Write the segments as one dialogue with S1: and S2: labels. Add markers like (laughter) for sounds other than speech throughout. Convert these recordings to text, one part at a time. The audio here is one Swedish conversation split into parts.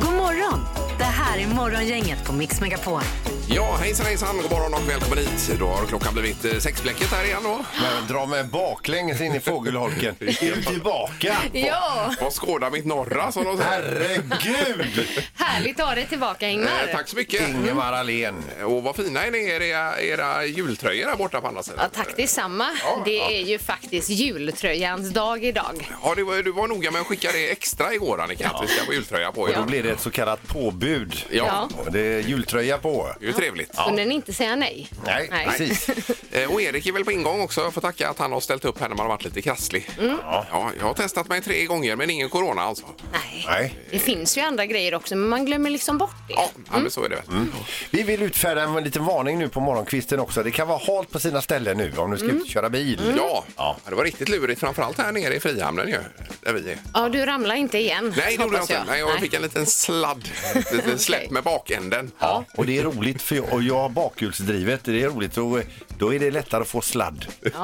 S1: God morgon! Det här är Morgongänget på Mix Megapol.
S2: Ja, hejsan hejsan, god morgon och välkommen hit. Då har klockan blivit eh, sexblecket här igen då.
S3: Men dra mig baklänges in i fågelholken. Ut tillbaka!
S4: Ja,
S2: Vad skådar mitt norra som de säger.
S3: Herregud!
S4: härligt att ha dig tillbaka Ingmar.
S2: Eh, tack så mycket.
S3: Ingemar Ahlén.
S2: Och vad fina är ni i era, era jultröjor här borta på andra sidan. Eh,
S4: Ja, tack detsamma.
S2: Ja,
S4: det
S2: ja.
S4: är ju faktiskt jultröjans dag idag.
S2: Ja, du, var- du var noga med att skicka det extra igår Annika, att vi ska ha jultröja på er.
S3: Då blir det ett så kallat påbud.
S2: Ja.
S3: Och Det är jultröja på.
S2: Det är ju trevligt.
S4: Kunde ni inte säga nej?
S3: Nej,
S4: Nej.
S3: precis.
S2: Eh, Och Erik är väl på ingång också. Jag får tacka att han har ställt upp här när man har varit lite krasslig.
S4: Mm.
S2: Ja, jag har testat mig tre gånger men ingen corona alltså.
S4: (laughs) Nej.
S3: Nej.
S4: Det finns ju andra grejer också, men man glömmer liksom bort det.
S2: Ja, ja, men så är det väl.
S3: Vi vill utfärda en liten varning nu på morgonkvisten också. Det kan vara halt på sina ställen nu om du ska ut och köra bil.
S2: Ja. ja, det var riktigt lurigt framförallt här nere i Frihamnen ju, där vi är.
S4: Ja, du ramlar inte igen.
S2: Nej, det gjorde jag
S4: hoppas
S2: inte. Nej, jag fick en liten sladd. Ett (laughs) litet släpp med bakänden.
S3: Ja, och det är roligt för jag, och jag har bakhjulsdrivet. Det är roligt och eh, då är det lättare att få sladd.
S2: (laughs)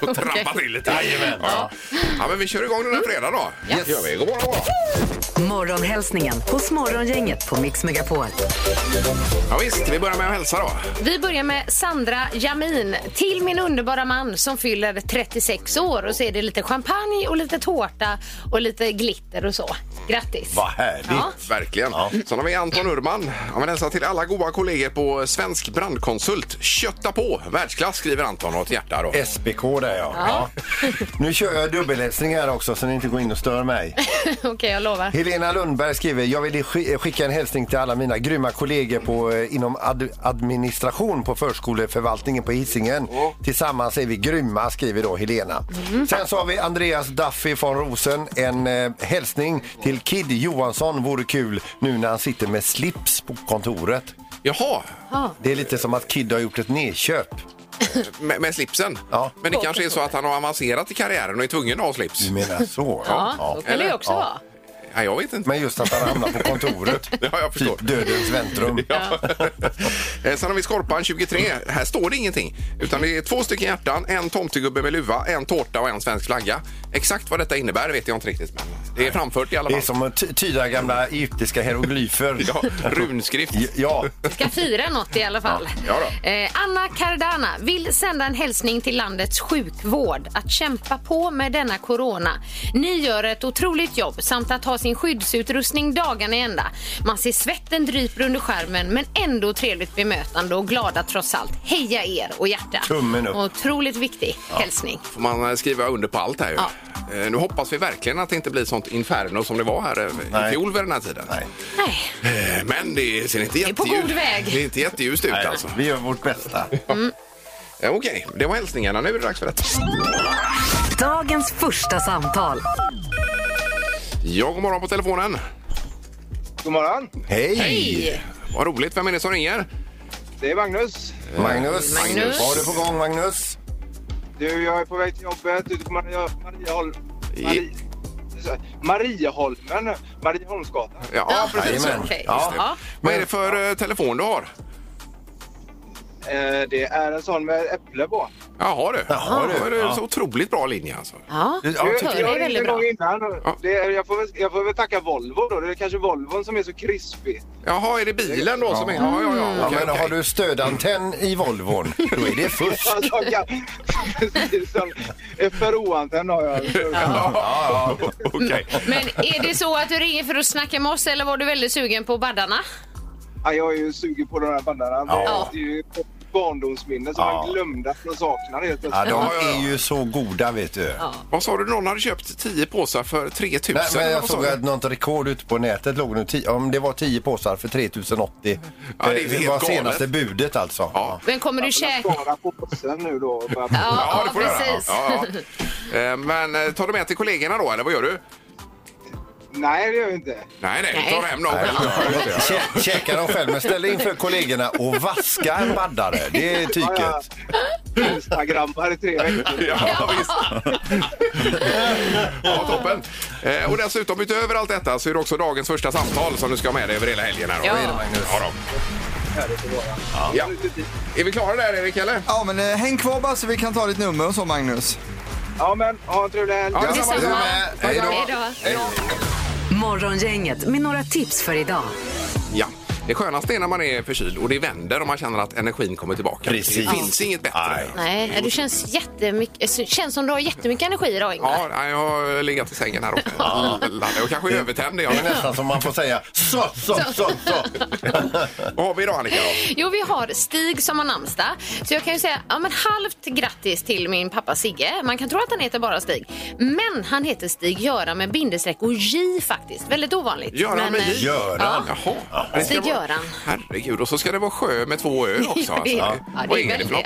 S2: Och trampa till lite. Jajamän. Ja. ja, men vi kör igång den här fredagen då. Yes. gör vi. God morgon, god morgon.
S1: Morgonhälsningen hos Morgongänget på Mix Megapol.
S2: Ja, visst, vi börjar med att hälsa då.
S4: Vi börjar med Sandra Jamin. Till min underbara man som fyller 36 år och så är det lite champagne och lite tårta och lite glitter och så. Grattis!
S3: Vad härligt!
S4: Ja. (laughs)
S2: Verkligen. Sen har vi Anton Urban. Ja, men hälsa till alla goda kollegor på Svensk Brandkonsult. Kötta på! Världsklass skriver Anton och ett hjärta då.
S3: SBK där ja. ja. Nu kör jag dubbelläsning här också så ni inte går in och stör mig.
S4: Okej, jag lovar.
S3: Helena Lundberg skriver, jag vill sk- skicka en hälsning till alla mina grymma kollegor på, eh, inom ad- administration på förskoleförvaltningen på Hisingen. Tillsammans är vi grymma, skriver då Helena.
S2: Mm.
S3: Sen så har vi Andreas Duffy från Rosen, en eh, hälsning till Kid Johansson vore kul nu när han sitter med slips på kontoret.
S2: Jaha,
S3: Det är lite som att Kid har gjort ett nedköp.
S2: med, med slipsen.
S3: Ja.
S2: Men det kanske är så att han har avancerat i karriären och är tvungen att ha slips.
S3: Du menar så?
S4: Ja, så kan det ju också vara.
S2: Ja, jag vet inte.
S3: Men just att han hamnar på kontoret.
S2: (laughs) Ja, jag förstår.
S3: Typ dödens väntrum.
S2: Ja. (laughs) Eh, Sen har vi Skorpan 23. Här står det ingenting. Utan det är två stycken hjärtan, en tomtegubbe med luva, en tårta och en svensk flagga. Exakt vad detta innebär vet jag inte riktigt. Men det är framfört i alla
S3: Det är
S2: fall.
S3: som att ty- tyda gamla egyptiska hieroglyfer.
S2: (laughs) Ja, runskrift.
S3: Ja,
S4: ska fira något i alla fall.
S2: Ja, ja
S4: Eh, Anna Cardana vill sända en hälsning till landets sjukvård att kämpa på med denna corona. Ni gör ett otroligt jobb samt att ha sin skyddsutrustning dagarna i ända. Man ser svetten dryper under skärmen men ändå trevligt bemötande och glada trots allt. Heja er och hjärta.
S3: Tummen upp.
S4: Otroligt viktig hälsning.
S2: Får man eh, skriva under på allt här ju.
S4: Ja.
S2: Eh, Nu hoppas vi verkligen att det inte blir sånt inferno som det var här eh, i
S3: Nej.
S2: fjol vid den här tiden.
S3: Nej.
S4: Nej.
S2: Eh, Men det ser inte
S4: är på
S2: jätteljus-
S4: god väg.
S2: Det är inte jätteljust ut alltså.
S3: vi gör vårt bästa.
S2: Eh, Okej, det var hälsningarna. Nu är det dags för detta.
S1: Dagens första samtal.
S2: Ja, god morgon på telefonen.
S5: God morgon.
S3: Hej!
S2: Vad roligt. Vem är det som ringer?
S5: Det är Magnus.
S3: Magnus.
S4: Magnus.
S3: Vad har du på gång Magnus?
S5: Du, jag är på väg till jobbet ute på Maria, Mariahol,
S2: I-
S5: Marie, Marieholmen. Marieholmsgatan.
S2: Ja, precis.
S3: Jajamän.
S4: Okej.
S3: Ja.
S4: Ja.
S2: Vad är det för eh, telefon du har?
S5: Eh, det är en sån med äpple på.
S2: Jaha du.
S3: Jaha,
S2: Ja,
S3: du.
S2: det är
S3: Ja.
S2: så otroligt bra linje alltså.
S4: Ja.
S3: Du- ja,
S5: Du,
S3: tycker
S4: det är
S5: jag
S4: väldigt
S5: ringde en
S4: bra.
S5: gång innan.
S2: Ja.
S5: Det, är- jag, får väl, jag får väl tacka Volvo då. Det är kanske Volvon som är så krispig. (laughs)
S2: Jaha, är det bilen då som är... Ja, ja, ja.
S3: Ja,
S2: okej,
S3: men
S2: okej.
S3: har du stödantenn i Volvon, då är det fusk.
S5: Alltså, jag kan- (laughs) precis som FRO-antenn har jag.
S2: Ja, ja, okej.
S4: Men är det så att du ringer för att snacka med oss eller var du väldigt sugen på baddarna?
S5: Ja, jag är ju sugen på de här bandarna.
S3: Ja.
S5: Det är ju ett barndomsminne som
S3: Ja.
S5: man glömde att man saknade helt
S3: Ja,
S5: plötsligt.
S3: de
S2: Ja, ja, ja.
S3: är ju så goda vet du.
S2: Vad sa du? Någon hade köpt 10 påsar för 3000?
S3: Nej, men
S2: eller
S3: jag
S2: vad sa
S3: såg
S2: du?
S3: att något rekord ute på nätet låg nu. Ti- Om det var 10 påsar för 3080.
S2: Ja, det är
S3: Eh,
S2: helt
S3: var
S2: galet.
S3: senaste budet alltså.
S2: Ja.
S4: Men kommer du käka?
S5: Spara på påsen nu då. och börja-
S4: Ja,
S2: det får du göra. Ja, ja. Eh, Men eh, tar du med till kollegorna då, eller vad gör du?
S5: Nej, det gör vi inte.
S2: Nej, nej, vi tar hem dem
S3: Nej,
S2: själva.
S3: Kä- Käka dem själv, men ställ in för kollegorna och vaska en baddare. Det är
S5: Ja,
S3: tyket.
S5: ja. Instagrammar i tre veckor.
S2: Ja, visst. ja, toppen. Eh, och dessutom, utöver allt detta, så är det också dagens första samtal som du ska ha med dig över hela helgen. Här, då.
S4: Ja.
S2: Det är det, Magnus. Ja, då. Ja. Är vi klara där, Erik? Eller?
S6: Ja, men eh, häng kvar bara så vi kan ta ditt nummer och så Magnus.
S5: Ja, men ha en trevlig helg.
S7: Alltså,
S2: Ja,
S4: Detsamma.
S2: detsamma.
S3: Du med. Hej då.
S4: Hej då.
S1: Morgongänget med några tips för idag.
S2: Ja. Det skönaste är när man är förkyld och det vänder och man känner att energin kommer tillbaka.
S3: Precis.
S2: Det finns inget bättre.
S3: Nej.
S4: Nej, nej, du känns jättemycket... eh, Känns som du har jättemycket energi idag, Ingmar.
S2: Ja, nej, jag har legat i sängen här uppe. Och kanske är övertänd. är Jag
S3: Det är nästan som man får säga så, så, så, så.
S2: Vad har vi idag, Annika? Då?
S4: Jo, vi har Stig som har namnsdag. Så jag kan ju säga ja, men halvt grattis till min pappa Sigge. Man kan tro att han heter bara Stig. Men han heter Stig-Göran med bindestreck och J faktiskt. Väldigt ovanligt.
S2: Göran
S4: men,
S2: med
S4: eh,
S2: J.
S3: Göran.
S2: Jaha. Det ska vara-
S4: Göran.
S2: Herregud, och så ska det vara sjö med två ö också. Alltså.
S4: (laughs) Ja,
S2: Vad är det för något?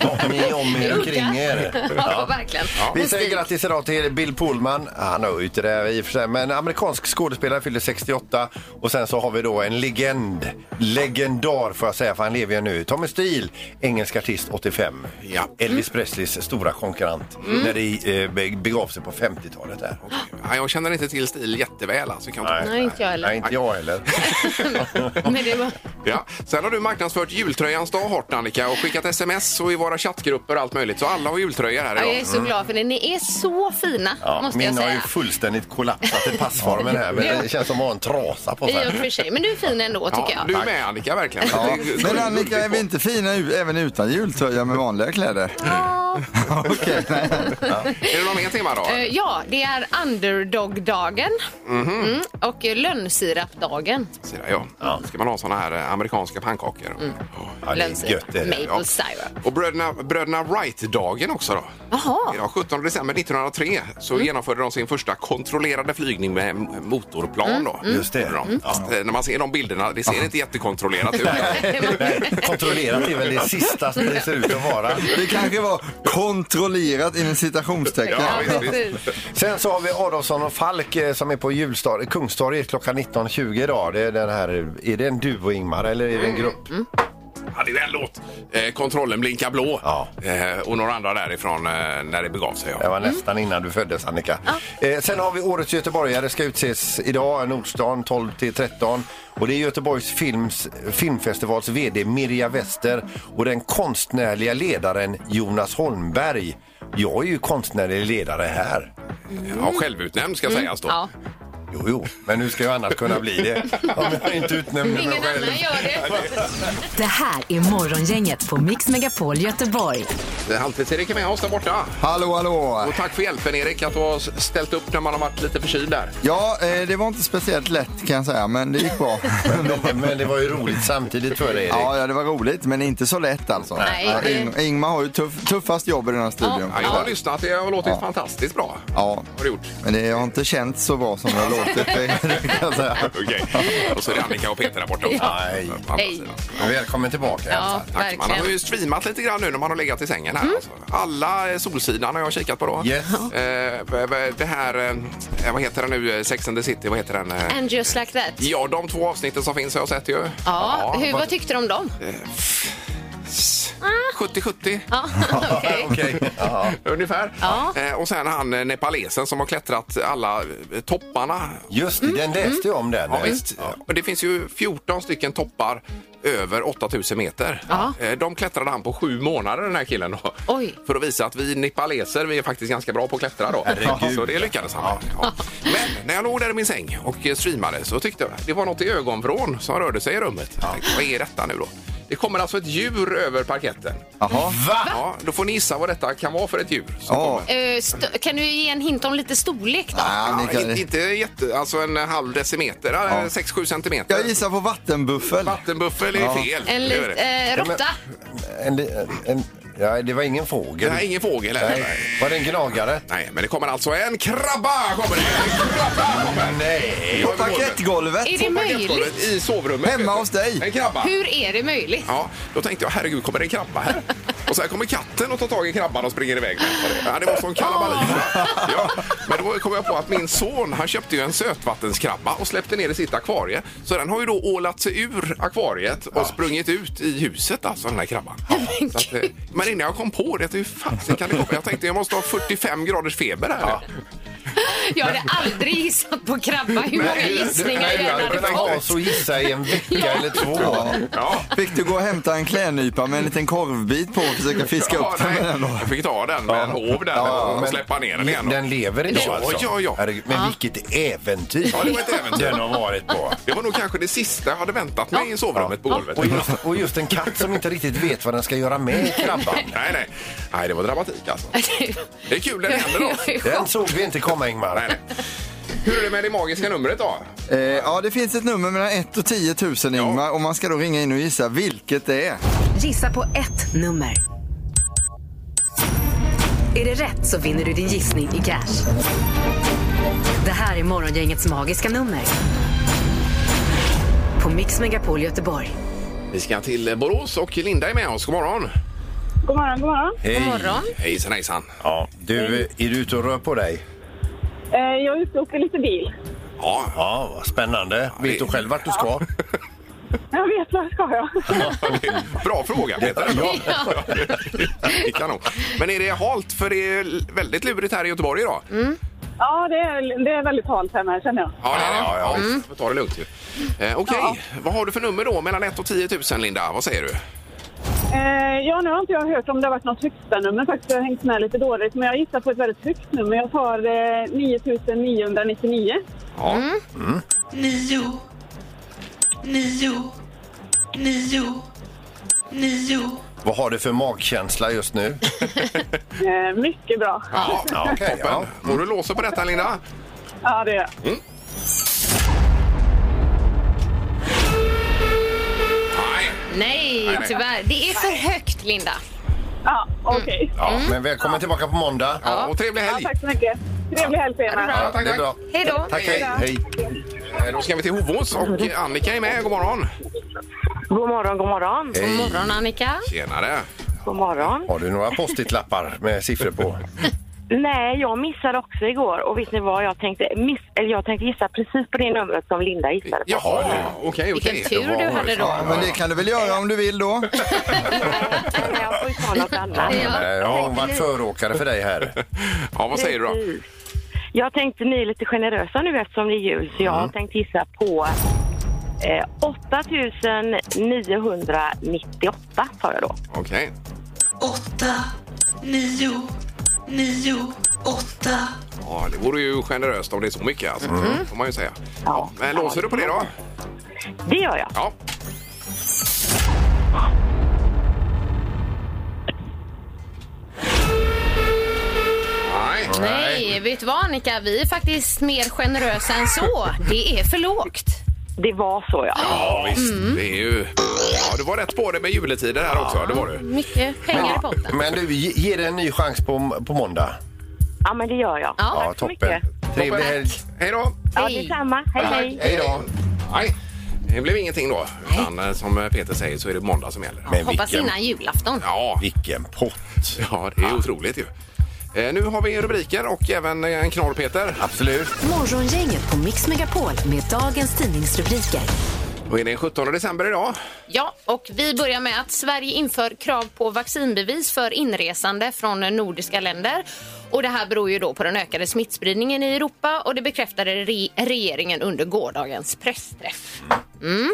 S4: ja.
S2: (laughs)
S3: Om er, om er och kring er.
S4: ja, verkligen.
S3: Vi säger grattis idag till Bill Pullman. Han har ju inte det i och för sig, men amerikansk skådespelare fyller 68. Och sen så har vi då en legend, legendar får jag säga, för han lever ju nu. Tommy Steele, engelsk artist 85.
S2: Ja.
S3: Elvis Presleys stora konkurrent när det eh, be- begav sig på 50-talet där.
S2: Ja, jag känner inte till stil jätteväl. Alltså, kan jag inte-
S4: Nej, inte jag heller.
S3: Nej, inte
S4: (laughs)
S3: jag heller.
S4: Men det var...
S2: Ja. Sen har du marknadsfört jultröjans dag hårt, Annika, och skickat sms och i våra chattgrupper och allt möjligt. Så alla har jultröjor här
S4: ja, jag
S2: idag.
S4: är så glad för det. Ni är så fina,
S3: Ja,
S4: måste jag
S3: min har ju
S4: säga.
S3: fullständigt
S4: (laughs)
S3: kollapsat i passformen här, men det känns som att ha en trasa på
S4: I och
S3: sig.
S4: för sig. Men du är fin ändå, tycker
S2: Ja,
S4: jag.
S2: du är med, Annika, verkligen.
S6: Ja.
S2: Det- det-
S6: Men Annika, är vi inte fina u- även utan jultröja med vanliga kläder?
S4: Ja.
S6: (laughs) Okej, nej.
S2: Är det någon mer tema då?
S4: Eh, Ja, det är underdog-dagen mm, och eh, lönnsirapdagen.
S2: Ja. ja. Ska man ha såna här eh, amerikanska pannkakor?
S4: Mm.
S3: Ja, det är
S4: Lönnsirap.
S3: gött det. där.
S4: Maple
S2: Ja.
S4: syrup.
S2: Och bröderna, bröderna Wright-dagen också då.
S4: Jaha. Mm.
S2: Idag 17 december 1903 så genomförde de sin första kontrollerade flygning med m-
S4: Mm.
S2: motorplan då.
S6: Mm.
S3: Just det.
S2: Gjorde de. Fast, eh, När man ser de bilderna, det ser inte jättekontrollerat
S6: (laughs)
S2: ut.
S3: Kontrollerat är väl det sista som det ser ut att vara.
S6: Det kanske var kontrollerat inom citationstecken.
S2: Ja, visst, visst.
S4: Precis.
S3: Sen så har vi Adolfsson och Falk eh, som är på julstar- Kungstorget klockan 19.20 idag. Det är, den här, är det en duo, Ingmar, eller är det
S4: Mm,
S3: en grupp?
S2: Ja, det är en låt. Eh, kontrollen blinkar blå.
S3: Ja.
S2: Eh, och några andra därifrån eh, när det begav sig.
S3: Det
S2: Ja.
S3: var nästan
S4: Mm.
S3: innan du föddes, Annika. Eh, sen har vi Årets Göteborgare ska utses idag, Nordstan 12 till 13. Och det är Göteborgs films, filmfestivals vd Mirja Wester och den konstnärliga ledaren Jonas Holmberg. Jag är ju konstnärlig ledare här.
S2: Ja, självutnämnd ska
S3: Mm.
S2: sägas då.
S4: Ja.
S3: Jo, jo, men hur ska jag annars kunna bli det? Om jag inte utnämner mig
S4: Ingen
S3: själv.
S4: annan gör det.
S1: Det här är Morgongänget på Mix Megapol Göteborg.
S2: Eh, Halvtids-Erik är med oss där borta.
S6: Hallå, hallå.
S2: Och tack för hjälpen Erik att du har s- ställt upp när man har varit lite förkyld där.
S6: Ja, eh, det var inte speciellt lätt kan jag säga, men det
S2: (laughs)
S6: gick bra.
S3: Men det var ju roligt samtidigt för dig, Erik.
S6: Ja, ja, det var roligt, men inte så lätt alltså.
S4: Nej,
S6: Ja,
S4: det-
S6: Ing- Ingmar har ju tuff, tuffast jobb i den här studion.
S2: Ja, jag har lyssnat, det har låtit fantastiskt bra.
S6: Ja,
S2: Har du gjort?
S6: men det har inte känts så bra som det har låtit. det kan
S2: (laughs)
S6: jag säga.
S2: Okej. Och så är det Annika och Peter där borta också.
S3: Nej.
S2: På andra
S4: Hej.
S2: sidan.
S3: Välkommen tillbaka.
S4: Ja,
S2: Tack. Man har
S4: verkligen. Mm.
S2: ju streamat lite grann nu när man har legat i sängen här. Alltså. Alla eh, Solsidan har jag kikat på då.
S3: Yes.
S2: Eh, v- v- det här, eh, vad heter den nu, eh, Sex and the City, vad heter den? eh?
S4: And just like that. Ja,
S2: Ja, de två avsnitten som finns har jag sett ju.
S4: hur, vad tyckte du om dem?
S2: 70-70
S4: Ja, (laughs) okej.
S3: Okej. Ja.
S2: ungefär.
S4: Ja.
S2: Eh, och sen han eh, nepalesen som har klättrat alla eh, topparna.
S3: Just det,
S4: Mm.
S3: den läste jag om den.
S2: Ja, visst. Och det finns ju 14 stycken toppar över 8000 meter.
S4: Ja.
S2: Eh, De klättrade han på sju månader den här killen då.
S4: Oj.
S2: För att visa att vi nepaleser, vi är faktiskt ganska bra på att klättra då.
S3: Herregud.
S2: Så det lyckades han med. ja. Men när jag låg där i min säng och eh, streamade så tyckte jag det var något i ögonvrån som rörde sig i rummet. Jag tänkte, Vad är detta nu då? Det kommer alltså ett djur över parketten.
S6: Jaha.
S3: Va?
S2: Ja, då får ni gissa vad detta kan vara för ett djur. som
S6: Ja.
S2: kommer.
S4: Eh, st- kan du ge en hint om lite storlek då?
S6: Ja, ni
S2: Ja, inte,
S6: kan-
S2: inte jätte, alltså en halv decimeter, ja. 6-7 centimeter.
S6: Jag gissar på vattenbuffel.
S2: Vattenbuffel är fel.
S4: En
S2: Det är det.
S4: liten eh, råtta?
S3: En, en, Ja, det var ingen fågel.
S2: Nej, ingen fågel här.
S3: Nej.
S2: Nej.
S3: Var det en gnagare?
S2: Nej, men det kommer alltså en krabba! Kommer det. En krabba kommer. Nej!
S6: På parkettgolvet!
S4: Är det möjligt?
S2: I sovrummet.
S6: Hemma hos dig.
S2: En krabba.
S4: Hur är det möjligt?
S2: Ja, då tänkte jag herregud, kommer det en krabba här? Och sen kommer katten och tar tag i krabban och springer iväg. med den. Ja, det var sån kalabalik. Ja, men då kom jag på att min son, han köpte ju en sötvattenskrabba och släppte ner i sitt akvarie. Så den har ju då ålat sig ur akvariet och sprungit ut i huset, alltså den här krabban. Så att, eh, men innan jag kom på det, hur fasen kan det komma? Jag tänkte jag måste ha 45 graders feber här.
S4: Jag hade aldrig gissat på krabba hur många gissningar
S2: nej,
S4: jag
S2: nej,
S4: än hade
S2: nej, nej.
S4: fått.
S3: Ja, så gissa i en vecka eller två.
S2: Ja.
S6: Fick du gå och hämta en klädnypa med en liten korvbit på och försöka fiska
S2: Ja,
S6: upp den
S2: nej,
S6: med den då?
S2: jag fick ta den med en håv där
S3: Ja,
S2: och
S3: men
S2: släppa ner den igen. då.
S3: Den lever idag
S2: Ja,
S3: alltså?
S2: ja, ja.
S3: Herregud, Men vilket äventyr!
S2: Ja, det var ett äventyr.
S3: Den har varit på.
S2: Det var nog kanske det sista jag hade väntat mig i sovrummet på golvet.
S3: Och just, och just en katt som inte riktigt vet vad den ska göra med krabban.
S2: Nej, nej. Nej, (laughs) det var dramatik alltså. Det är kul när det händer något.
S4: Jag är i chock.
S3: Den såg vi inte komma Ingmar.
S2: Nej, nej. Hur är det med det magiska numret då?
S6: Eh, ja, det finns ett nummer mellan 1 och 10 000 Ingmar och man ska då ringa in och gissa vilket det är.
S1: Gissa på ett nummer. Är det rätt så vinner du din gissning i cash. Det här är Morgongängets magiska nummer. På Mix Megapol Göteborg.
S2: Vi ska till Borås och Linda är med oss. God morgon!
S8: God morgon, god morgon.
S4: God morgon.
S2: Hejsan, hejsan.
S3: Ja, du, är du ute och rör på dig?
S8: Eh, jag är ute och åker lite bil.
S2: Ja,
S3: Ja, vad spännande. Vet du själv vart du ska?
S8: Jag vet, vad ska jag?
S2: bra fråga Peter. Ja. Det kan nog. Men är det halt? För det är väldigt lurigt här i Göteborg idag.
S8: ja, det är, det är väldigt halt här med, känner jag.
S2: Ja, det är det. ja, ja. Mm. Ta det lugnt ju. Eh, Okej, vad har du för nummer då mellan 1 och 10 000 Linda? Vad säger du?
S8: Eh, ja, nu har inte jag hört om det har varit något högsta nummer faktiskt. Jag har hängt med lite dåligt. Men jag gissar på ett väldigt högt nummer. Jag tar eh, 9999.
S2: Ja.
S9: nio, nio, nio, nio.
S3: Vad har du för magkänsla just nu?
S8: Eh, mycket bra.
S2: Ja,
S3: Ja, okej,
S2: toppen.
S3: ja.
S2: Får du låsa på detta, Linda?
S8: Ja, det är jag.
S2: Nej.
S4: Nej,
S2: nej.
S4: tyvärr. Det är för högt, Linda.
S8: Ja, okej.
S3: Ja, men välkommen tillbaka på måndag.
S2: Ja, och trevlig
S8: Ja,
S2: helg.
S8: tack så mycket. Trevlig helg på er med.
S3: Ja, det är bra.
S4: Hej då.
S3: Tack, hej. hej.
S2: Eh, Då ska vi till Hovås och eh, Annika är med. God morgon.
S8: God morgon, god morgon.
S4: God morgon, Annika.
S2: Tjenare.
S8: God morgon.
S3: Har du några post-it-lappar med siffror på?
S8: Nej, jag missade också igår. Och vet ni vad? Jag tänkte, miss, eller jag tänkte gissa precis på det numret som Linda gissade på.
S2: Jaha, okej, okej.
S4: Vilken tur
S2: Det var-
S4: du hade då.
S6: Ja, men det kan du väl göra om du vill då?
S8: Nej, (laughs) jag får ju ta något annat.
S3: Ja.
S4: Ja.
S3: Eh, Har hon varit föråkare för dig här?
S2: Ja, vad säger du då?
S8: Precis. Jag tänkte ni är lite generösa nu eftersom det är jul så jag
S2: Mm.
S8: har tänkt gissa på eh, 8998 tar jag då.
S2: Okej.
S9: Åtta, nio, nio, åtta.
S2: Ja, det vore ju generöst om det är så mycket alltså. Får man ju säga. Ja, men låser du på det då?
S8: Det gör jag.
S2: Ja. Nej.
S4: Nej, vet du vad Annika? Vi är faktiskt mer generösa än så. Det är för lågt.
S8: Det var så ja.
S2: Ja, visst.
S3: Mm.
S2: Det är ju... Ja, du var rätt på det med juletider här också. Det var du.
S4: Mycket pengar i potten.
S3: Men du, ge ge det en ny chans på, på måndag.
S8: Ja men det gör jag.
S4: Ja.
S3: Ja,
S8: så
S3: toppen. Trevlig
S2: Toppen.
S3: helg.
S2: Hej då!
S8: Ja,
S4: Hej.
S8: detsamma. Hej hej.
S3: Hej då.
S2: Nej, det blev ingenting då. Utan eh, som Peter säger så är det måndag som gäller.
S3: Men
S4: Hoppas
S3: vilken,
S4: innan julafton.
S2: Ja,
S3: vilken pott.
S2: ja det är otroligt ju. Eh, Nu har vi rubriker och även eh, en knorr, Peter.
S3: Absolut.
S1: Morgongänget på Mix Megapol med dagens tidningsrubriker.
S2: Då är det 17 december idag.
S4: Ja, och vi börjar med att Sverige inför krav på vaccinbevis för inresande från nordiska länder. Och det här beror ju då på den ökade smittspridningen i Europa och det bekräftade re regeringen under gårdagens pressträff.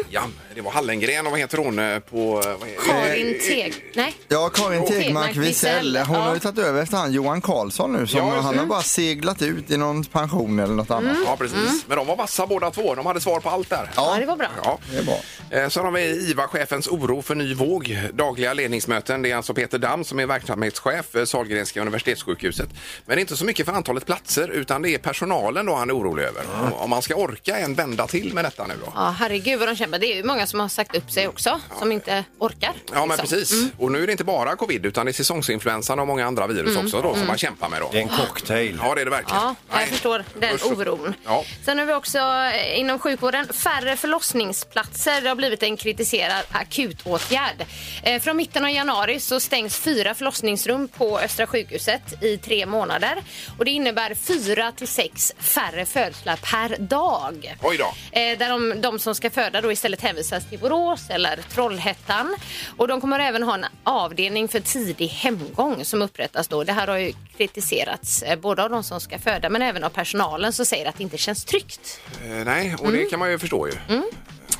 S2: Ja, det var Hallengren och vad heter hon eh, på... Vad är,
S4: Karin Teg... Nej.
S6: Ja, Karin Tegmark
S4: Tegmark
S6: Wisell,
S4: Wisell,
S6: hon
S4: ja.
S6: har ju tagit över efter han Johan Karlsson nu. Som
S2: Ja, just
S6: han
S2: det. Mm.
S6: har bara seglat ut i någon pension eller något annat.
S2: Ja, precis. Men de var vassa båda två. De hade svar på allt där.
S4: Ja, Mm. det var bra.
S2: Ja.
S6: Det är bra.
S2: Eh, Sen har vi IVA-chefens oro för ny våg. Dagliga ledningsmöten. Det är alltså Peter Dam som är verksamhetschef för Sahlgrenska universitetssjukhuset. Men inte så mycket för antalet platser utan det är personalen då han är orolig över. Om man ska orka en vända till med detta nu då.
S4: Mm. Ja, herregud vad de kämpar. Det är ju många som har sagt upp sig också, som inte orkar.
S2: Ja, men
S4: liksom.
S2: precis. Och nu är det inte bara covid utan det är säsongsinfluensan och många andra virus
S4: Mm,
S2: också då som
S4: mm.
S2: man kämpar med då.
S3: Det är en cocktail.
S2: Ja, det är det verkligen.
S4: Ja, jag förstår den oron.
S2: Ja.
S4: Sen har vi också eh, inom sjukvården färre förlossningsplatser. Det har blivit en kritiserad akutåtgärd. Eh, Från mitten av januari så stängs fyra förlossningsrum på Östra sjukhuset i tre månader. Och det innebär fyra till sex färre födslar per dag.
S2: Oj då.
S4: Eh, där de, de som ska föda då istället hänvisas till Borås eller Trollhättan. Och de kommer även ha en avdelning för tidig hemgång som upprättas då. Det här har ju kritiserats eh, både av de som ska föda men även av personalen som säger att det inte känns tryggt.
S2: Eh, nej, och
S4: Mm.
S2: det kan man ju förstå ju.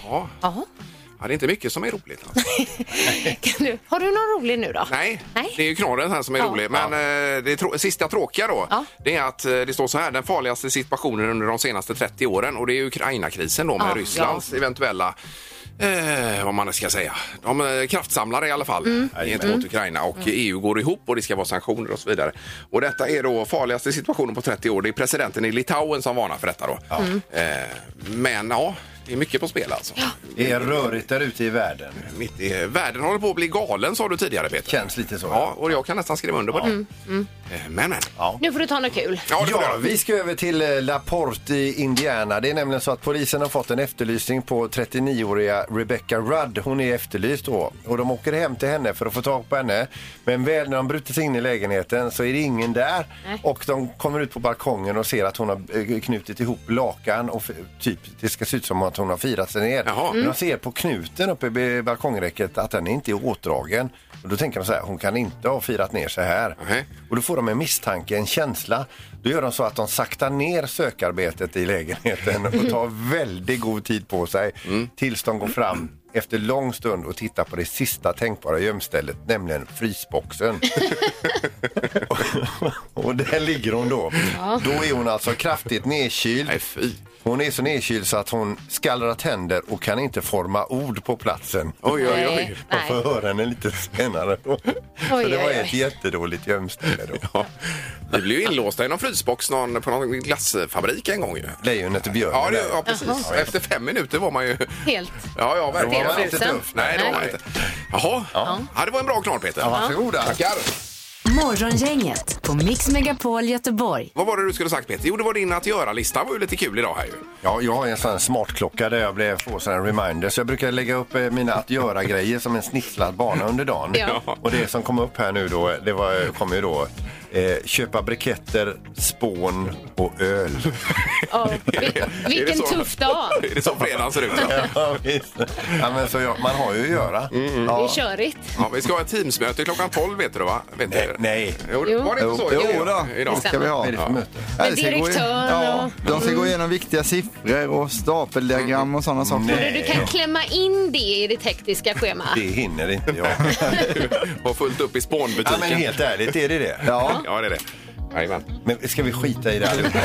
S2: Ja. ja, det är inte mycket som är roligt. Alltså.
S4: (laughs) Kan du, har du någon rolig nu då?
S2: Nej.
S4: Nej.
S2: Det är ju knorren här som är
S4: Ja.
S2: rolig. Men eh, det trå- sista tråkiga då, det är att eh, det står så här. Den farligaste situationen under de senaste 30 åren och det är Ukraina-krisen då med
S4: Ja,
S2: Rysslands eventuella Eh, vad man ska säga. De eh, kraftsamlar i alla fall
S4: Mm.
S2: gentemot
S4: Mm.
S2: Ukraina och EU går ihop och det ska vara sanktioner och så vidare. Och detta är då farligaste situationen på 30 år. Det är presidenten i Litauen som varnar för detta då.
S4: Mm.
S2: Eh, men ja, det är mycket på spel alltså.
S3: Det är rörigt där ute i världen.
S2: Mitt i, världen håller på att bli galen sa du tidigare Peter.
S3: Känns lite så.
S2: Ja, och jag kan nästan skriva under på det.
S4: Mm, mm.
S2: Eh, Men men.
S3: Ja.
S4: Nu får du ta något kul.
S3: Ja, vi ska över till eh, La Porte i Indiana. Det är nämligen så att polisen har fått en efterlysning på 39-åriga Rebecca Rudd. Hon är efterlyst då och de åker hem till henne för att få tag på henne. Men väl när de brutit sig in i lägenheten så är det ingen där
S10: Nej.
S3: och de kommer ut på balkongen och ser att hon har eh, knutit ihop lakan och f- typ det ska se ut som att hon har firat sig ner.
S2: Jaha.
S3: Men
S2: Mm.
S3: de ser på knuten uppe vid balkongräcket att den inte är åtdragen. Och då tänker de så här, hon kan inte ha firat ner sig här. Och då får de en misstanke, en känsla. Då gör de så att de saktar ner sökarbetet i lägenheten och tar väldigt god tid på sig tills de går fram efter lång stund och tittar på det sista tänkbara gömstället, nämligen frysboxen. och där ligger hon då.
S10: Ja.
S3: Då är hon alltså kraftigt nedkyld. Hon är så nedkyld så att hon skallrar tänder och kan inte forma ord på platsen.
S2: Oj, oj, oj.
S3: Man får höra henne lite senare. Då. så
S2: Oj,
S3: det var
S2: oj,
S3: ett
S2: oj.
S3: jättedåligt gömställe då. (laughs)
S2: Vi blev ju inlåsta i någon frysbox någon, på någon glassfabrik en gång ju.
S3: Lejonet och björnen.
S2: Ja, det, ja precis.
S4: Jaha.
S2: Efter fem minuter var man ju...
S4: Helt.
S2: Ja, ja, verkligen.
S4: Då var man inte tuff.
S2: Nej, det var man inte. Jaha. Ja. det var en bra knorr, Peter.
S3: Ja, varsågoda.
S2: Tackar.
S1: Morgongänget på Mix Megapol Göteborg.
S2: Vad var det du skulle ha sagt, Peter? Jo, det var din att göra-lista. var ju lite kul idag här ju.
S3: Ja, jag har en sån här smartklocka där jag blev- får sån här reminder. Så jag brukar lägga upp eh, mina att göra-grejer som en snitslad bana under dagen.
S2: Ja.
S3: Och det som kom upp här nu då, det var, kom ju då eh, köpa briketter, spån och öl.
S4: Ja,
S3: (laughs) Är
S4: vil,
S3: det
S4: vilken
S3: så?
S4: tuff dag.
S2: Är det så fredagen ser ut? då?
S3: ja, visst. ja, men så jag, man har ju att göra.
S6: Mm.
S4: Det är
S3: Ja.
S4: körigt.
S2: Ja, vi ska ha ett Teamsmöte klockan 12, vet du va? Vet du?
S3: Nej.
S2: Jo,
S4: Jo.
S2: var det inte så?
S6: Jo, jo då.
S2: Idag.
S6: Det ska vi ha. Vad är det för
S2: Ja.
S6: möte?
S4: Med
S6: Ja, det ska gå i-
S4: direktören
S6: ja,
S4: och-
S6: De ska gå igenom viktiga siffror och stapeldiagram och sådana saker.
S4: Tror du du kan klämma in det i det tekniska schemat?
S3: Det hinner inte jag.
S2: (laughs) Har fullt upp i spånbutiken.
S3: Ja, men helt ärligt, är det det?
S6: Ja.
S2: Ja, det är det. Jajamän.
S3: Men ska vi skita i det allihopa?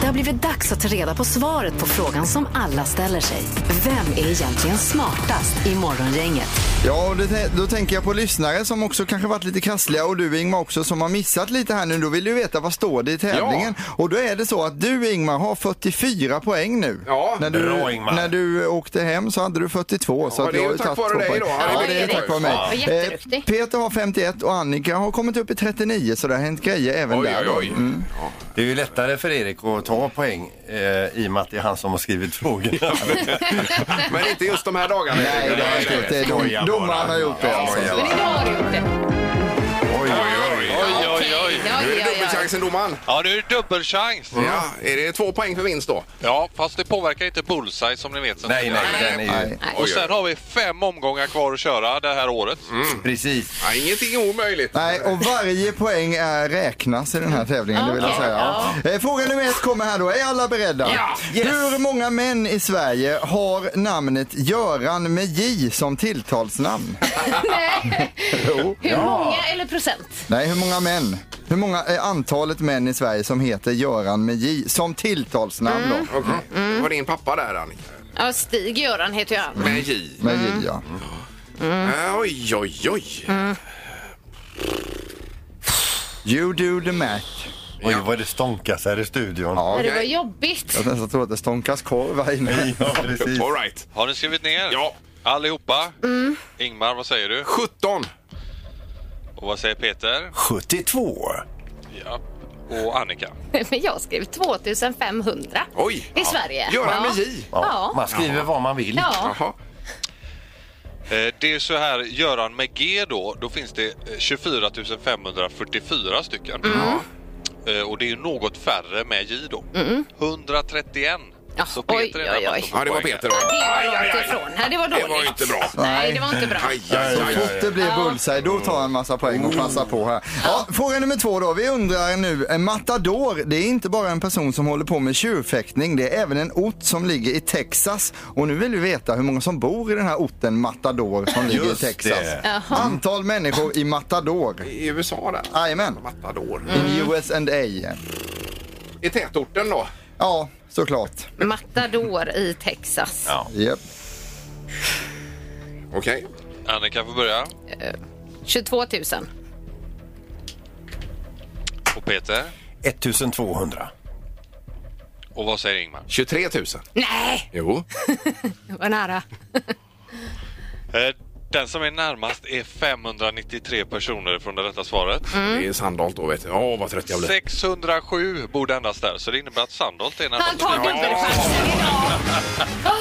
S1: Det har blivit dags att ta reda på svaret på frågan som alla ställer sig. Vem är egentligen smartast i Morgongänget?
S6: Ja, och det, då tänker jag på lyssnare som också kanske varit lite krassliga och du Ingmar också som har missat lite här nu. Då vill du veta vad står det i tävlingen. Och då är det så att du Ingmar har 44 poäng nu.
S2: Ja,
S6: när du,
S2: bra, Ingmar.
S6: När du åkte hem så hade du 42. så
S2: Ja,
S6: att
S2: det
S6: jag
S2: är
S6: har
S2: ju
S6: ju
S2: tack
S6: tagit
S2: vare
S6: två
S2: dig
S6: poäng.
S2: då. Ja,
S6: Ja,
S2: det är
S6: det är
S2: det.
S6: tack vare
S2: Ja,
S6: mig.
S4: jätteduktig.
S6: Eh, Peter har 51 och Annika har kommit upp i 39 så det har hänt grejer även
S3: Oj,
S6: där.
S3: oj,
S6: då.
S3: oj. Det är ju lättare för Erik att ta poäng eh, i och med att det är han som har skrivit frågorna.
S2: Men inte just de här dagarna.
S3: Nej, det har jag inte gjort. Det är dom-
S2: Skoja bara.
S3: domaren har gjort det,
S2: Ja,
S3: alltså.
S2: skoja
S3: Men
S2: bara.
S3: idag har
S4: du gjort det.
S2: Oj, oj, oj.
S7: Oj, oj,
S2: Nu är
S7: oj.
S2: det dubbelchansen, domaren.
S7: Ja, nu är det dubbelchans.
S2: Ja, är det två poäng för vinst då?
S7: Ja, fast det påverkar inte bullseye som ni vet. Sen
S3: Nej, nej, den är ju-
S2: Nej.
S7: Och sen har vi fem omgångar kvar att köra det här året.
S3: Precis.
S2: Ja, ingenting är omöjligt.
S6: Nej, och varje poäng är räknas i den här tävlingen, det vill jag
S2: Okej,
S6: säga. Eh, Fråga nummer ett kommer här då. Är alla beredda?
S10: Ja.
S6: Yes. Hur många män i Sverige har namnet Göran med J som tilltalsnamn?
S4: Nej.
S6: Jo.
S4: Hur många eller procent?
S6: Nej, hur många män? Hur många är antalet män i Sverige som heter Göran med J som tilltalsnamn då?
S2: Okej. Det var din pappa där, Annika.
S4: Ja, Stig-Göran heter jag.
S2: Med J.
S6: Med J, ja.
S2: Äh, Oj, oj, oj.
S6: You do the math.
S3: Oj, vad det stånkas här i studion.
S6: Ja,
S4: Det var jobbigt.
S6: Jag nästan tror att det stånkas korv här inne.
S3: Ja, precis.
S2: All right.
S7: Har ni skrivit ner? Ja. Allihopa?
S4: Mm.
S7: Ingmar, vad säger du?
S2: 17.
S7: Och vad säger Peter?
S3: 72.
S7: Ja. Och Annika?
S4: (laughs) Men jag skrev 2500
S2: Oj!
S4: i Sverige.
S7: Göran med J.
S4: Ja.
S3: Man skriver vad man vill.
S4: Ja.
S7: Eh, Det är så här, Göran med G då, då finns det eh, 24 544 stycken. Eh, Och det är ju något färre med J då. 131. Så Peter är närmast att få
S2: Ja, det var
S7: poäng.
S2: Peter då.
S4: Det var långt ifrån. Nej, det var
S2: Det var
S4: dåligt.
S2: inte bra.
S4: Nej, det var inte bra.
S2: Aj, aj, aj,
S6: Fort det
S2: aj.
S6: blir bullseye, då tar han massa poäng och passar på här. Ja, fråga nummer två då. Vi undrar nu, en matador, det är inte bara en person som håller på med tjurfäktning, det är även en ort som ligger i Texas. Och nu vill vi veta hur många som bor i den här orten Matador som ligger i
S3: Just
S6: Texas.
S3: det.
S6: Antal människor i Matador.
S2: I USA där.
S6: Jajamän,
S2: Matador.
S6: i US and A.
S2: I tätorten då?
S6: Ja, såklart.
S4: Matador i Texas.
S6: Japp.
S2: Okej.
S7: Annika får börja.
S4: 22 000.
S7: Och Peter?
S3: 1200.
S7: Och vad säger Ingmar?
S2: 23 000.
S4: Nej,
S2: Jo.
S4: det var nära.
S7: Eh, Den som är närmast är 593 personer från det rätta svaret.
S2: Det är Sandholt då vet du. Åh, vad trött jag blir.
S7: 607 borde endast där, så det innebär att Sandholt är
S4: Han
S7: närmast.
S4: tar dubbelchansen idag.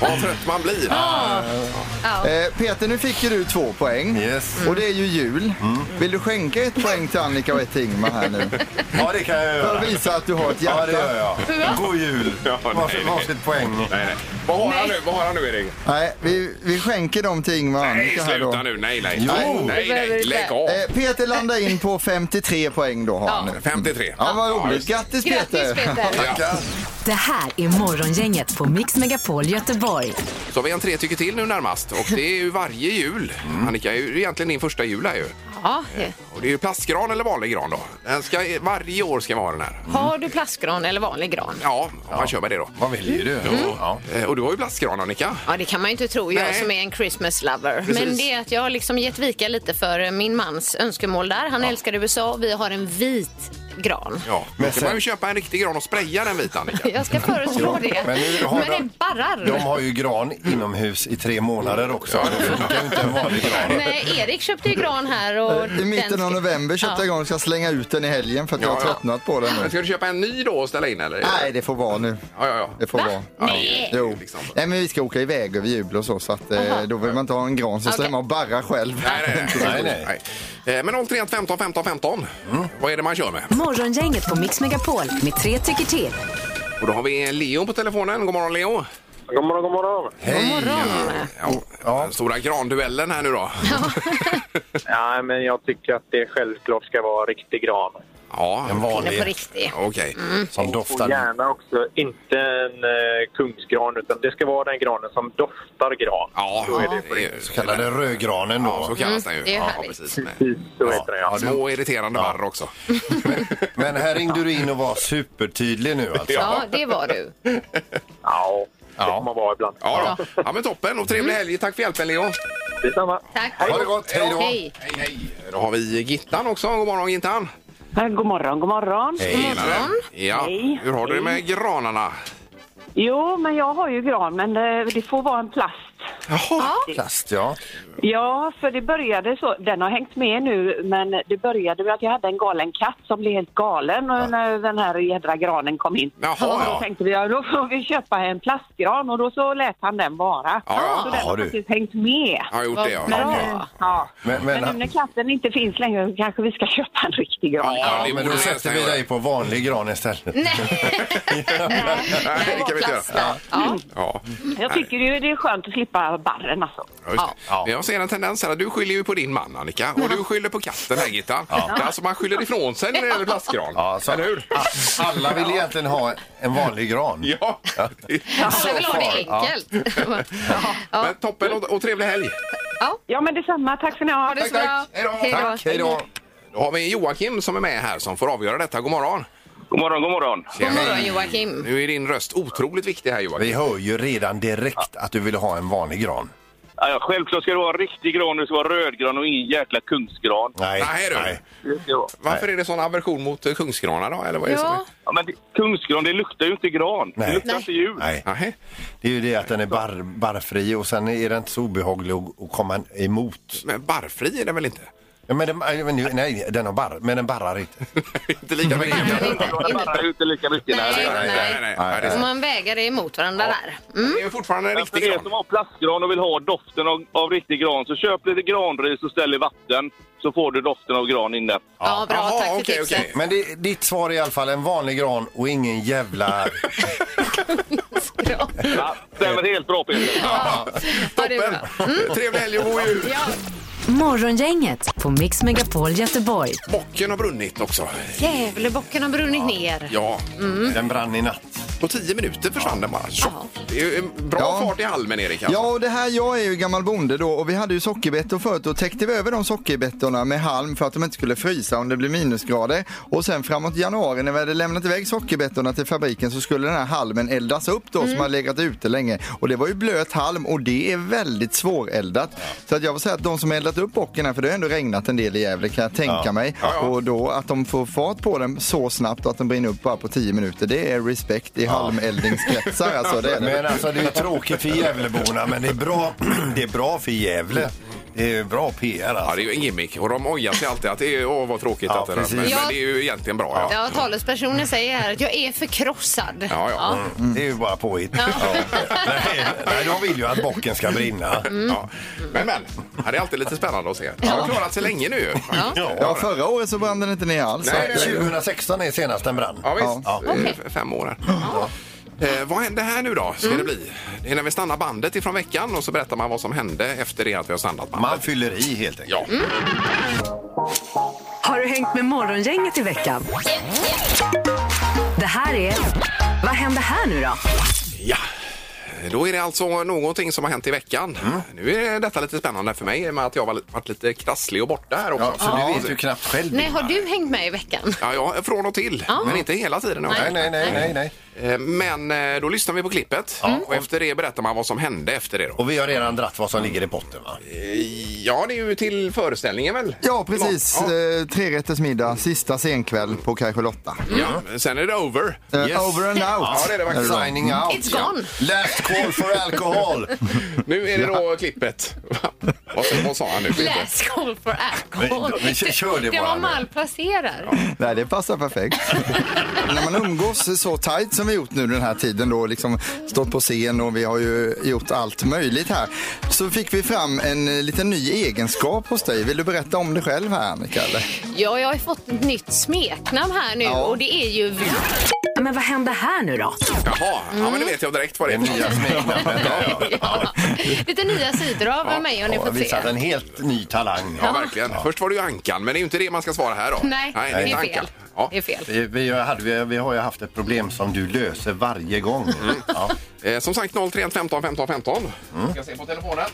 S2: Vad trött man blir.
S6: Eh, Peter, nu fick ju du två poäng.
S3: Yes.
S6: Och det är ju jul. Vill du skänka ett poäng till Annika och ett till Ingmar här nu?
S3: Ja, det kan jag
S6: För
S3: göra.
S6: att visa att du har ett
S3: Ja,
S6: hjärta.
S3: det gör jag. God jul! Varsin, varsitt poäng.
S2: Nej, nej. Vad har han nu? Vad har han nu Erik?
S6: Nej, vi, vi skänker dem till Ingmar och
S2: Nej,
S6: Annika här då.
S2: sluta nu. Nej, nej.
S3: Jo.
S2: Nej, nej, nej. Lägg av.
S6: Eh, Peter landar in på 53 poäng då har han nu.
S2: 53.
S6: Ja, vad
S2: Ja,
S6: roligt.
S2: just-
S6: Grattis
S4: Grattis
S6: Peter!
S4: Peter.
S2: Ja.
S1: Det här är Morgongänget på Mix Megapol Göteborg.
S2: Så har vi en tre tycker till nu närmast och det är ju varje jul. Annika, det är ju egentligen din första jul här ju.
S4: Ja. det-
S2: Och det är ju plastgran eller vanlig gran då. Den ska, varje år ska vara den här.
S4: Har du plastgran eller vanlig gran?
S2: Mm. Ja, om man kör med det då.
S3: Vad väljer du? Mm. Ja.
S2: Eh, Och du har ju plastgran Annika.
S4: Ja, det kan man ju inte tro, jag
S2: Nej.
S4: som är en Christmas lover. Men det är att jag har liksom gett vika lite för eh, min mans önskemål där. Han älskar USA och vi har en vit gran.
S2: Ja, men då kan man ju köpa en riktig gran och spraya den vita Annika.
S4: (laughs) Jag ska föreslå det.
S3: Men nu har
S4: Men
S3: de-
S4: det barrar.
S3: De har ju gran inomhus i tre månader också. Det funkar ju inte en vanlig gran.
S4: Nej, Erik köpte ju gran här och...
S6: Eh, I mitten
S4: den
S6: av
S4: ska-
S6: november köpte jag
S4: Ja.
S6: igång och ska slänga ut den i helgen för att jag
S2: Ja,
S6: har
S2: ja.
S6: tröttnat på den
S2: Men
S6: nu.
S2: ska du köpa en ny då och ställa in eller?
S6: Nej, det får vara nu.
S2: Ja, ja, ja.
S6: Det får vara.
S4: Nej.
S6: Jo.
S2: Liksom.
S6: Nej, men vi ska åka iväg över jul och så, så att, eh, då vill man inte ha en gran som står
S4: Okej.
S6: hemma och barrar själv.
S2: Nej, nej, nej.
S3: Nej,
S2: nej,
S3: nej.
S2: nej. Eh, Men 031 15 15 15. Vad är det man kör med?
S1: Morgongänget på Mix Megapol med tre tycker till.
S2: Och då har vi Leo på telefonen. God morgon Leo!
S5: God morgon, god morgon.
S2: Ja, Den stora granduellen här nu då.
S5: Nej, men jag tycker att det självklart ska vara riktig gran.
S2: Ja,
S3: En
S4: Den på
S3: vanlig
S4: riktigt. Mm.
S2: okej.
S3: som
S5: Och
S3: doftar.
S5: gärna också inte en eh, kungsgran, utan det ska vara den granen som doftar gran.
S2: Ja,
S5: Så är det.
S2: det är-
S3: Så kallade rödgranen
S2: Ja, så
S3: då.
S2: kallas den ju.
S4: Mm, det är
S2: ja,
S4: härligt.
S2: precis. Med
S5: Precis, så heter den, ja.
S2: Små irriterande barr också.
S3: Men här ringde du in och var supertydlig nu alltså.
S4: Ja, det var du.
S5: Ja, det får man vara ibland.
S2: Ja, då. ja, men toppen och
S4: Mm.
S2: trevlig helg. Tack för hjälpen Leo.
S5: Detsamma.
S4: Tack.
S3: Ha det gott, hej då!
S4: Hej.
S2: Hej, hej. Då har vi Gittan också. God morgon Gittan.
S8: Eh, God morgon, god morgon.
S2: Hej. Ja,
S8: Hej.
S2: hur har du det med granarna?
S8: Jo, men jag har ju gran, men eh, det får vara en plast.
S2: Jaha.
S3: Plast ja.
S8: Ja, för det började så. Den har hängt med nu, men det började med att jag hade en galen katt som blev helt galen och när den här jädra granen kom in.
S2: Jaha,
S8: och då
S2: ja.
S8: tänkte vi, ja, då får vi köpa en plastgran och då så lät han den vara.
S2: ja.
S8: så den
S3: Har
S8: har
S3: du?
S8: faktiskt hängt med.
S2: Jag har gjort det.
S8: Men,
S2: Ja.
S8: eh, ja.
S3: Men,
S8: men nu när
S3: men,
S8: katten inte finns längre så kanske vi ska köpa en riktig gran.
S2: Ja,
S3: ja, men då sätter vi dig på vanlig gran istället. (laughs)
S2: Nej, det kan vi inte göra.
S4: Plasta. Ja.
S2: Ja,
S8: Jag tycker ju det är skönt att slippa barren alltså.
S2: ja, just det. Men jag ser en tendens här. Du skyller ju på din man Annika och du skyller på katten här Gittan. Alltså man skyller ifrån sig när det gäller plastgran.
S3: Ja, så,
S2: Eller hur?
S3: Alltså, a- Alla vill egentligen ha en vanlig gran.
S2: Ja.
S4: Jag vill ha det enkelt.
S2: Men toppen och, och trevlig helg.
S8: Ja, men detsamma. Tack ska ni ha.
S4: (laughs) Ha det så
S2: Tack,
S4: bra.
S2: tack. Hej då.
S3: Tack, hej då!
S2: Då har vi Joakim som är med här som får avgöra detta. God morgon!
S5: God morgon, god morgon.
S4: God morgon Joakim.
S2: Nu är din röst otroligt viktig här Joakim.
S3: Vi hör ju redan direkt att du vill ha en vanlig gran.
S10: Ja, ja, självklart ska det vara en riktig gran och det ska vara rödgran och ingen jäkla kungsgran.
S3: Nej,
S2: Nej, du. Varför är det sån aversion mot eh, kungsgranar då? Eller vad är det som är?
S10: Ja. ja, men det, kungsgran, det luktar ju inte gran. Det luktar inte jul.
S3: Nej. Det är ju det att den är bar, barfri och sen är den inte så obehaglig att, att komma emot.
S2: Men barfri är den väl inte? (laughs)
S3: Ja, men den, men nu- nej, den har barr, men den barrar inte.
S2: inte lika mycket.
S10: Inte lika mycket.
S4: Nej, nej, nej.
S3: nej, nej.
S4: Så man väger det emot varandra där. Mm.
S2: Det är fortfarande en
S10: riktig gran. som har plastgran och vill ha doften av, av riktig gran, så köp lite granris och ställ i vatten. Så får du doften av gran inne.
S4: Ja, bra. tack för tipset.
S3: Men det, ditt svar är i alla fall en vanlig gran och ingen jävla...
S10: Ja, stämmer helt bra Peter.
S4: Toppen! Mm.
S2: Trevlig helg och god jul!
S1: Morgongänget på Mix Megapol Göteborg.
S2: Bocken har brunnit också.
S4: Gävlebocken har brunnit ner.
S2: Ja.
S4: Mm.
S3: Den brann i natt.
S2: På tio minuter försvann den bara. Tjoff. Det är ju en bra fart i halmen, Erik. alltså.
S6: Ja, och det här, jag är ju gammal bonde då och vi hade ju sockerbettor förut. Då täckte vi över de sockerbettorna med halm för att de inte skulle frysa om det blev minusgrader. Och sen framåt januari när vi hade lämnat iväg sockerbettorna till fabriken så skulle den här halmen eldas upp då som hade legat ute länge. Och det var ju blöt halm och det är väldigt svåreldat. Så att jag vill säga att de som eldat upp bocken här, för det har ändå regnat en del i Gävle kan jag tänka
S3: Ja.
S6: mig. Och då att de får fart på den så snabbt och att den brinner upp bara på 10 minuter, det är respekt i halmeldningskretsar alltså. Det är det.
S3: Men alltså det är ju tråkigt för Gävleborna men det är bra, (clears throat) det är bra för Gävle. Det är bra PR alltså.
S2: Ja, det är ju en gimmick. Och de ojar sig alltid att det är, åh vad tråkigt
S3: Ja,
S2: att det är. Men,
S3: precis.
S2: men
S4: Ja.
S2: det är ju egentligen bra. Ja.
S4: Ja, talespersoner säger här att jag är förkrossad.
S2: Ja, ja.
S3: Det är ju bara påhitt. Nej, nej, de vill ju att bocken ska brinna.
S2: Ja. Men, men. Ja, Det är alltid lite spännande att se. De har klarat sig länge nu.
S6: Ja, förra året så brann den inte ner alls.
S2: Nej, nej, nej.
S3: 2016 är senast den brann.
S2: Ja, visst.
S3: Ja.
S2: Eh, f- Fem år. här. Eh, vad händer här nu då?
S3: Mm.
S2: Ska det bli? Det är när vi stannar bandet ifrån veckan och så berättar man vad som hände efter det att vi har stannat bandet. Man
S3: fyller i helt enkelt.
S2: Ja.
S1: Har du hängt med Morgongänget i veckan? Det här är... Vad händer här nu då?
S2: ja. Då är det alltså någonting som har hänt i veckan.
S3: Mm.
S2: Nu är detta lite spännande för mig i och med att jag har varit lite krasslig och borta här också.
S3: Ja, så du Ja. vet ju knappt själv.
S4: Nej, har du hängt med i veckan?
S2: Ja, ja, från och till.
S4: Ja.
S2: Men inte hela tiden.
S4: Nej. Nej, nej, nej,
S2: Eh, Men eh, då lyssnar vi på klippet och efter det berättar man vad som hände efter det. Då.
S3: Och vi har redan dratt vad som ligger i potten va?
S2: Ja, det är ju till föreställningen väl?
S6: Ja, precis. Eh, Trerättersmiddag, sista senkväll på Kaj 8.
S2: Ja, sen är det over.
S6: Eh, over and out.
S2: Ja, det är det verkligen.
S6: Signing out.
S3: It's gone. Last call for alcohol.
S2: nu är det då klippet. vad, sa- vad sa han nu?
S4: Last call for alcohol.
S6: Men- men kö- kör det
S4: det
S6: bara
S4: var
S6: nu.
S4: malplacerat.
S6: Nej, det passar perfekt. När man umgås så tajt som vi gjort nu den här tiden då, liksom stått på scen och vi har ju gjort allt möjligt här, så fick vi fram en eh, liten ny egenskap hos dig. Vill du berätta om dig själv här, Annika? Eller?
S4: Ja, jag har ju fått ett nytt smeknamn här nu
S6: Ja.
S4: och det är ju...
S1: Men vad händer här nu då?
S2: Jaha, ja, men det vet jag direkt vad det är.
S3: Mm.
S2: Nya
S3: smeknamnet. (laughs)
S4: Lite nya sidor av mig har ni fått se.
S3: visat en helt ny talang.
S2: Ja, verkligen. Först var det ju Ankan, men det är ju inte det man ska svara här då.
S4: Nej, det är
S2: inte
S4: fel.
S2: Ankan. Ja.
S4: Det är fel.
S3: Vi, vi, hade, vi, vi har ju haft ett problem som du löser varje gång. Ja.
S2: Eh, som sagt 031 15 15 15. Ska se på telefonen.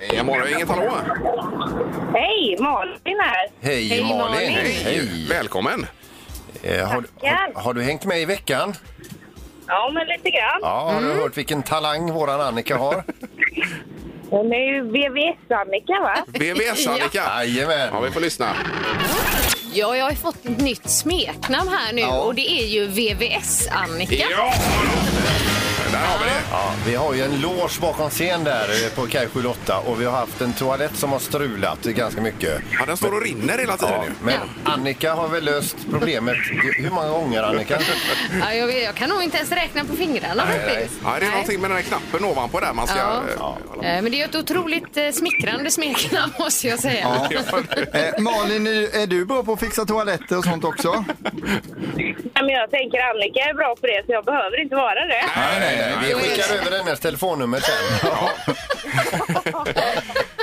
S2: Eh, morgon, inget hallå.
S11: Hej, Malin här.
S3: Hej, Malin.
S2: Hej. Välkommen!
S3: Eh, har, har, har du hängt med i veckan?
S11: Ja, men lite grann.
S3: Ja, har du hört vilken talang våran Annika
S2: (laughs)
S3: har?
S11: Hon är ju VVS-Annika, va?
S2: VVS Annika.
S3: Jajamän.
S2: Ja, vi får lyssna.
S4: Ja, jag har ju fått ett nytt smeknamn här nu
S3: Ja.
S4: och det är ju VVS-Annika.
S2: Ja! Där har vi det.
S3: Ja, vi har ju en loge bakom scen där eh, på Kaj 78 och vi har haft en toalett som har strulat ganska mycket.
S2: Ja, den står och rinner hela tiden ju.
S3: Men Annika har väl löst problemet. Hur många gånger (laughs) Annika?
S4: Ja, jag, vet- jag kan nog inte ens räkna på fingrarna faktiskt.
S2: Ja, det typ är någonting med den här knappen ovanpå där man ska...
S4: Ja.
S2: Ja.
S4: Eh, Men det är ju ett otroligt eh, smickrande smeknamn (laughs) måste jag säga.
S6: Ja. Eh, Malin, är är du bra på att fixa toaletter och sånt också?
S11: Ja, men jag tänker Annika är bra på det, så jag behöver inte vara det.
S3: Nej, nej, nej. Vi skickar över hennes telefonnummer sen.
S2: Men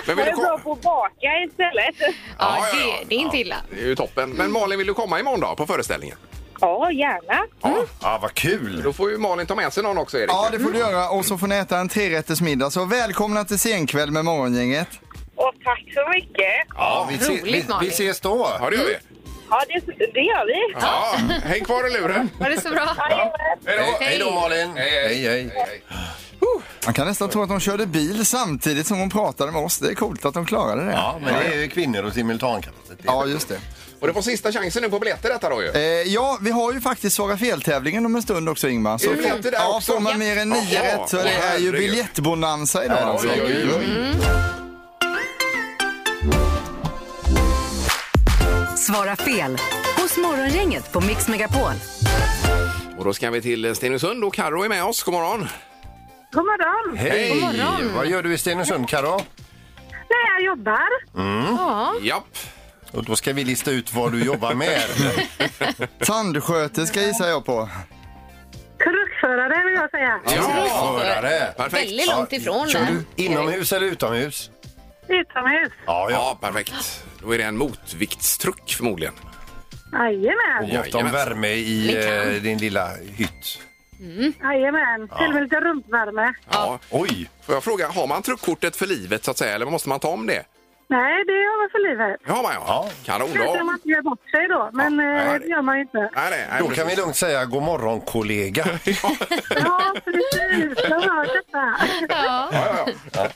S11: Jag
S2: vill
S11: är
S2: du kom...
S11: bra på att baka istället.
S4: Ja, det, det är inte illa.
S2: Det är ju toppen. Men Malin, vill du komma imorgon då på föreställningen?
S11: Ja, gärna.
S3: Ja, ah, vad kul!
S2: Då får ju Malin ta med sig någon också, Erik.
S6: Ja, det får du göra. Och så får ni äta en trerättersmiddag. Så välkomna till senkväll med Morgongänget.
S11: Och tack så mycket.
S3: Ja, vi, se, vi, vi ses då.
S2: Ja, det gör vi.
S11: Ja, det, det gör vi.
S2: Ja, häng kvar i luren.
S4: Ha det så bra.
S11: Ja,
S2: Hej då.
S3: Hej då, Malin. Hej, hej.
S6: Man kan nästan tro att de körde bil samtidigt som hon pratade med oss. Det är coolt att de klarade det.
S3: Ja, men det är ju kvinnor och simultankapacitet.
S6: Ja, just det.
S2: Och det var sista chansen nu på biljetter detta då ju.
S6: Eh, ja, vi har ju faktiskt Svara fel-tävlingen om en stund också Ingmar. Så
S2: Är det biljetter där
S6: ja,
S2: också?
S6: får man mer än nio
S2: Jaha,
S6: rätt så det är ju
S2: herregud.
S6: biljettbonanza idag.
S2: Ja,
S6: alltså.
S2: oj, oj, oj.
S1: Svara fel hos Morgongänget på Mix Megapol.
S2: Och då ska vi till Stenungsund och Karo är med oss. God morgon!
S12: God morgon!
S2: Hej! Vad gör du i Stenungsund, Karo?
S12: Nej, jag jobbar.
S3: Mm.
S12: Ja.
S2: Japp.
S3: Och då ska vi lista ut vad du jobbar med. (laughs)
S6: Tandsköterska gissar jag på.
S12: Truckförare vill jag säga.
S3: Förare.
S2: Perfekt.
S4: Väldigt långt ifrån
S3: Kör
S4: där.
S3: du inomhus eller utomhus?
S12: Utomhus.
S2: Ja, perfekt. Då är det en motviktstruck förmodligen.
S12: Jajamän.
S3: Och gott om värme i eh, din lilla hytt.
S12: Mm. Jajamän. Till och med lite rumpvärme.
S2: Ja. Oj! Får jag fråga, har man truckkortet för livet så att säga eller måste man ta om det?
S12: Nej, det gör man för livet.
S2: Det har man ja. ja. Kanon,
S12: Kanske om man
S2: bra.
S12: inte gör bort sig då, men eh, det gör man ju inte.
S2: Nej, nej, nej,
S3: Då kan vi lugnt säga god morgon kollega.
S12: eh, Ja, precis. Jag har detta.
S2: Ja, ja, ja.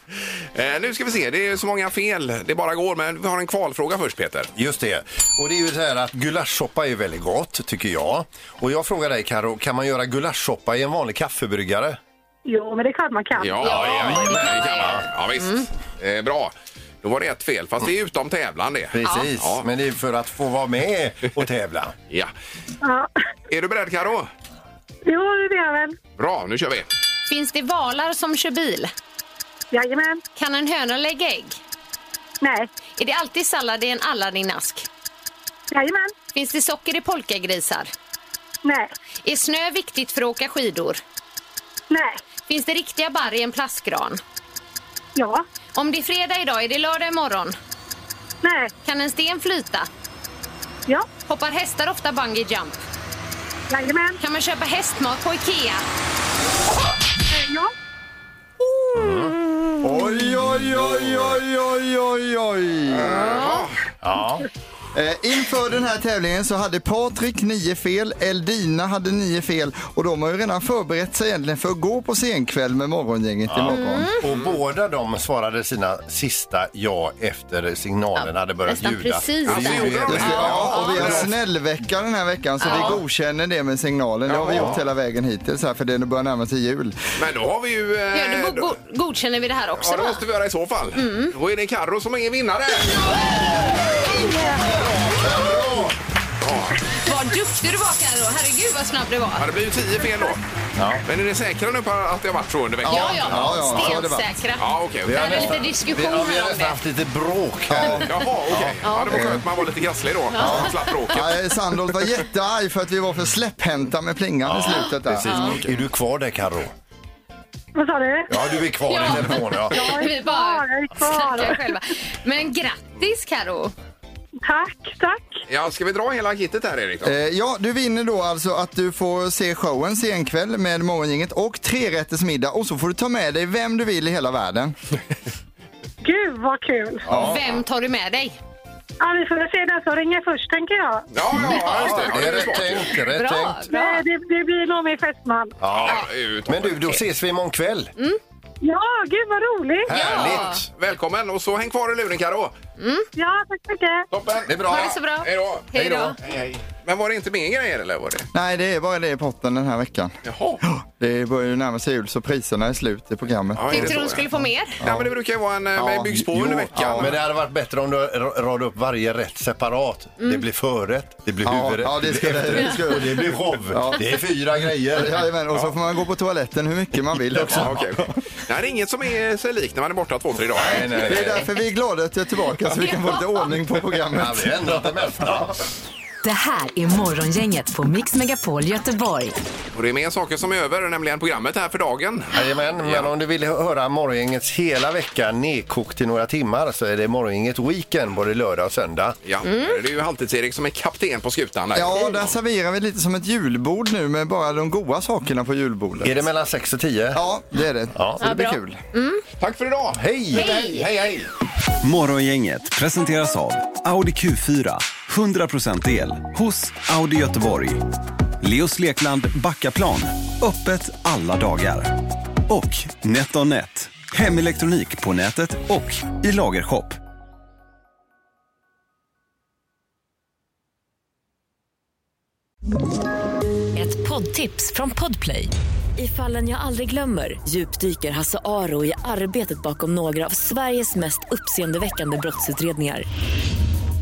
S2: Eh, nu ska vi se, det är så många fel det bara går, men vi har en kvalfråga först Peter.
S3: Just det. Och det är ju så här att gulaschsoppa är väldigt gott tycker jag. Och jag frågar dig Karo, kan man göra gulaschsoppa i en vanlig kaffebryggare?
S12: Jo, men det är klart man kan.
S2: Ja, ja, ja, det kan man. ja visst.
S12: Mm.
S2: Eh, bra. Då var det ett fel, fast det är utom tävlan det.
S3: Precis,
S2: Ja.
S3: men det är för att få vara med och tävla.
S2: ja.
S12: Ja.
S2: Är du beredd Karo?
S12: Jo, det är jag väl.
S2: Bra, nu kör vi.
S4: Finns det valar som kör bil?
S12: Jajamän.
S4: Kan en höna lägga ägg?
S12: Nej.
S4: Är det alltid sallad i en Aladdin-ask?
S12: Jajamän.
S4: Finns det socker i polkagrisar?
S12: Nej.
S4: Är snö viktigt för att åka skidor?
S12: Nej.
S4: Finns det riktiga barr i en plastgran?
S12: Ja.
S4: Om det är fredag idag, är det lördag imorgon?
S12: Nej.
S4: Kan en sten flyta?
S12: Ja.
S4: Hoppar hästar ofta bungee jump?
S12: Jajamän.
S4: Kan man köpa hästmat på Ikea?
S12: Ja.
S6: Oj, oj, oj, oj, oj, oj, oj.
S3: Ja.
S6: Eh, Inför den här tävlingen så hade Patrik nio fel, Eldina hade nio fel och de har ju redan förberett sig egentligen för att gå på scenkväll med Morgongänget
S2: Mm.
S6: imorgon.
S3: Och båda de svarade sina sista ja efter signalen hade börjat
S6: nästan
S3: ljuda.
S6: precis
S3: Och det
S6: där.
S3: gjorde
S6: Det
S3: det.
S6: ska- Ja, och vi har snällvecka den här veckan så
S2: Ja.
S6: vi godkänner det med signalen. Det har vi
S2: Ja.
S6: gjort hela vägen hittills här för det börjar närma sig jul.
S2: Men då har vi ju... eh,
S4: Ja, då go- go- godkänner vi det här också
S2: Ja, det
S4: va?
S2: måste vi göra i så fall.
S12: Mm.
S2: Då är det Karo som är vinnare.
S4: Vad duktig du var Carro! Herregud vad snabb du
S2: Ja,
S4: var!
S2: det blir ju tio fel då. Men är ni säkra nu på att det har varit så under veckan?
S4: Ja, ja. Ja, ja, så har det varit. Stensäkra.
S2: Ja, okej.
S4: Vi hade lite diskussion
S3: vi, ja, vi
S4: här om
S3: har nästan
S4: det.
S3: haft lite bråk här.
S2: Jaha, okej. Ja, det var skönt. Man var lite krasslig då. Man slapp bråket.
S6: Ja, eh, Sandholt var jättearg för att vi var för släpphänta med plingan i slutet där.
S3: Precis. Är du kvar där Karo?
S12: Vad sa du?
S3: Ja, du är kvar i telefonen. Ja.
S4: Vi bara snackar själva. Men grattis Carro!
S12: Tack, tack!
S2: Ja, ska vi dra hela kittet här Erik? Då?
S6: Eh, ja, du vinner då alltså att du får se showen senkväll med Morgongänget och trerättersmiddag och så får du ta med dig vem du vill i hela världen.
S12: (laughs) Gud, vad kul!
S4: Vem tar du med dig?
S12: Ja, vi får väl se den som ringer först, tänker jag.
S2: Ja, ja, just det. Ja,
S3: Det är
S2: det
S3: rätt tänkt. det är Rätt tänkt.
S12: Nej, det, det blir nog min fästman.
S3: Ja.
S2: utom-
S3: Men du, då ses vi imorgon kväll.
S4: Mm.
S12: Ja, gud vad roligt!
S6: Äh.
S2: Härligt! Välkommen och så häng kvar i luren Karo.
S12: Ja, tack så mycket!
S2: Toppen! Det är
S3: bra.
S4: Ha det så bra.
S2: Hej då!
S4: Hej då.
S2: Hej, hej. Men var det inte mer grejer eller? Var det?
S6: Nej, det är bara det i potten den här veckan.
S2: Jaha.
S6: Det börjar ju närma sig jul så priserna är slut i programmet.
S4: Tänkte du hon skulle få mer?
S2: Nej, men det brukar ju vara en
S6: Ja,
S2: ja, byggs på
S6: jo,
S2: under veckan.
S3: Ja, men det hade varit bättre om du ra- radade upp varje rätt separat.
S4: Mm.
S3: Det blir förrätt, det blir
S6: Ja,
S3: huvudrätt,
S6: ja, det ska
S3: blir
S6: det-
S3: efterrätt
S6: det ska-
S3: och det blir show.
S6: Ja.
S3: Det är fyra grejer.
S6: Jajamän, och så får man gå på toaletten hur mycket man vill också.
S2: Ja, okej. Nej, det är inget som är sig likt när man är borta två, tre dagar.
S3: Nej, nej,
S6: Det är därför vi är glada att jag är tillbaka så vi kan få lite ordning på
S3: Ja,
S6: programmet.
S3: vi har ändrat det mesta.
S1: Det här är Morgongänget på Mix Megapol Göteborg.
S2: Och det är mer saker som är över, nämligen programmet här för dagen.
S3: Jajamän, men om du vill höra Morgongängets hela vecka nedkokt i några timmar så är det Morgongänget Weekend både lördag och söndag.
S2: Ja,
S4: Mm.
S2: det är ju Halvtids-Erik som är kapten på skutan. Där.
S6: Ja, där serverar vi lite som ett julbord nu med bara de goda sakerna på julbordet.
S3: Är det mellan 6 och 10?
S6: Ja, det är det. Så det blir kul.
S2: Tack för idag!
S3: Hej!
S2: Hej, hej! hej.
S13: Morgongänget presenteras av Audi Q4. 100% el hos Audi Göteborg. Leos Lekland Backaplan. Öppet alla dagar.
S5: och NetOnNet. Hemelektronik på nätet och i lagershop.
S1: Ett poddtips från Podplay. I fallen jag aldrig glömmer djupdyker Hasse Aro i arbetet bakom några av Sveriges mest uppseendeväckande brottsutredningar.